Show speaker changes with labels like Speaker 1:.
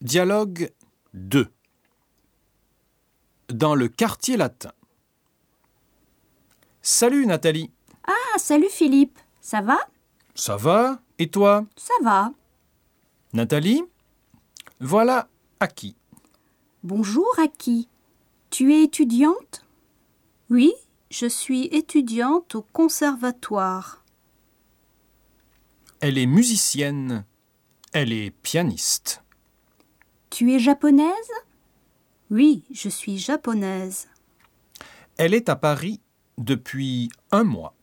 Speaker 1: Dialogue 2 Dans le quartier latin Salut Nathalie,
Speaker 2: Ah, salut Philippe, ça va
Speaker 1: ça va Et toi
Speaker 2: Ça va.
Speaker 1: Nathalie Voilà Aki.
Speaker 2: Bonjour à qui Tu es étudiante Oui, je suis étudiante au conservatoire.
Speaker 1: Elle est musicienne. Elle est pianiste.
Speaker 2: Tu es japonaise Oui, je suis japonaise.
Speaker 1: Elle est à Paris depuis un mois.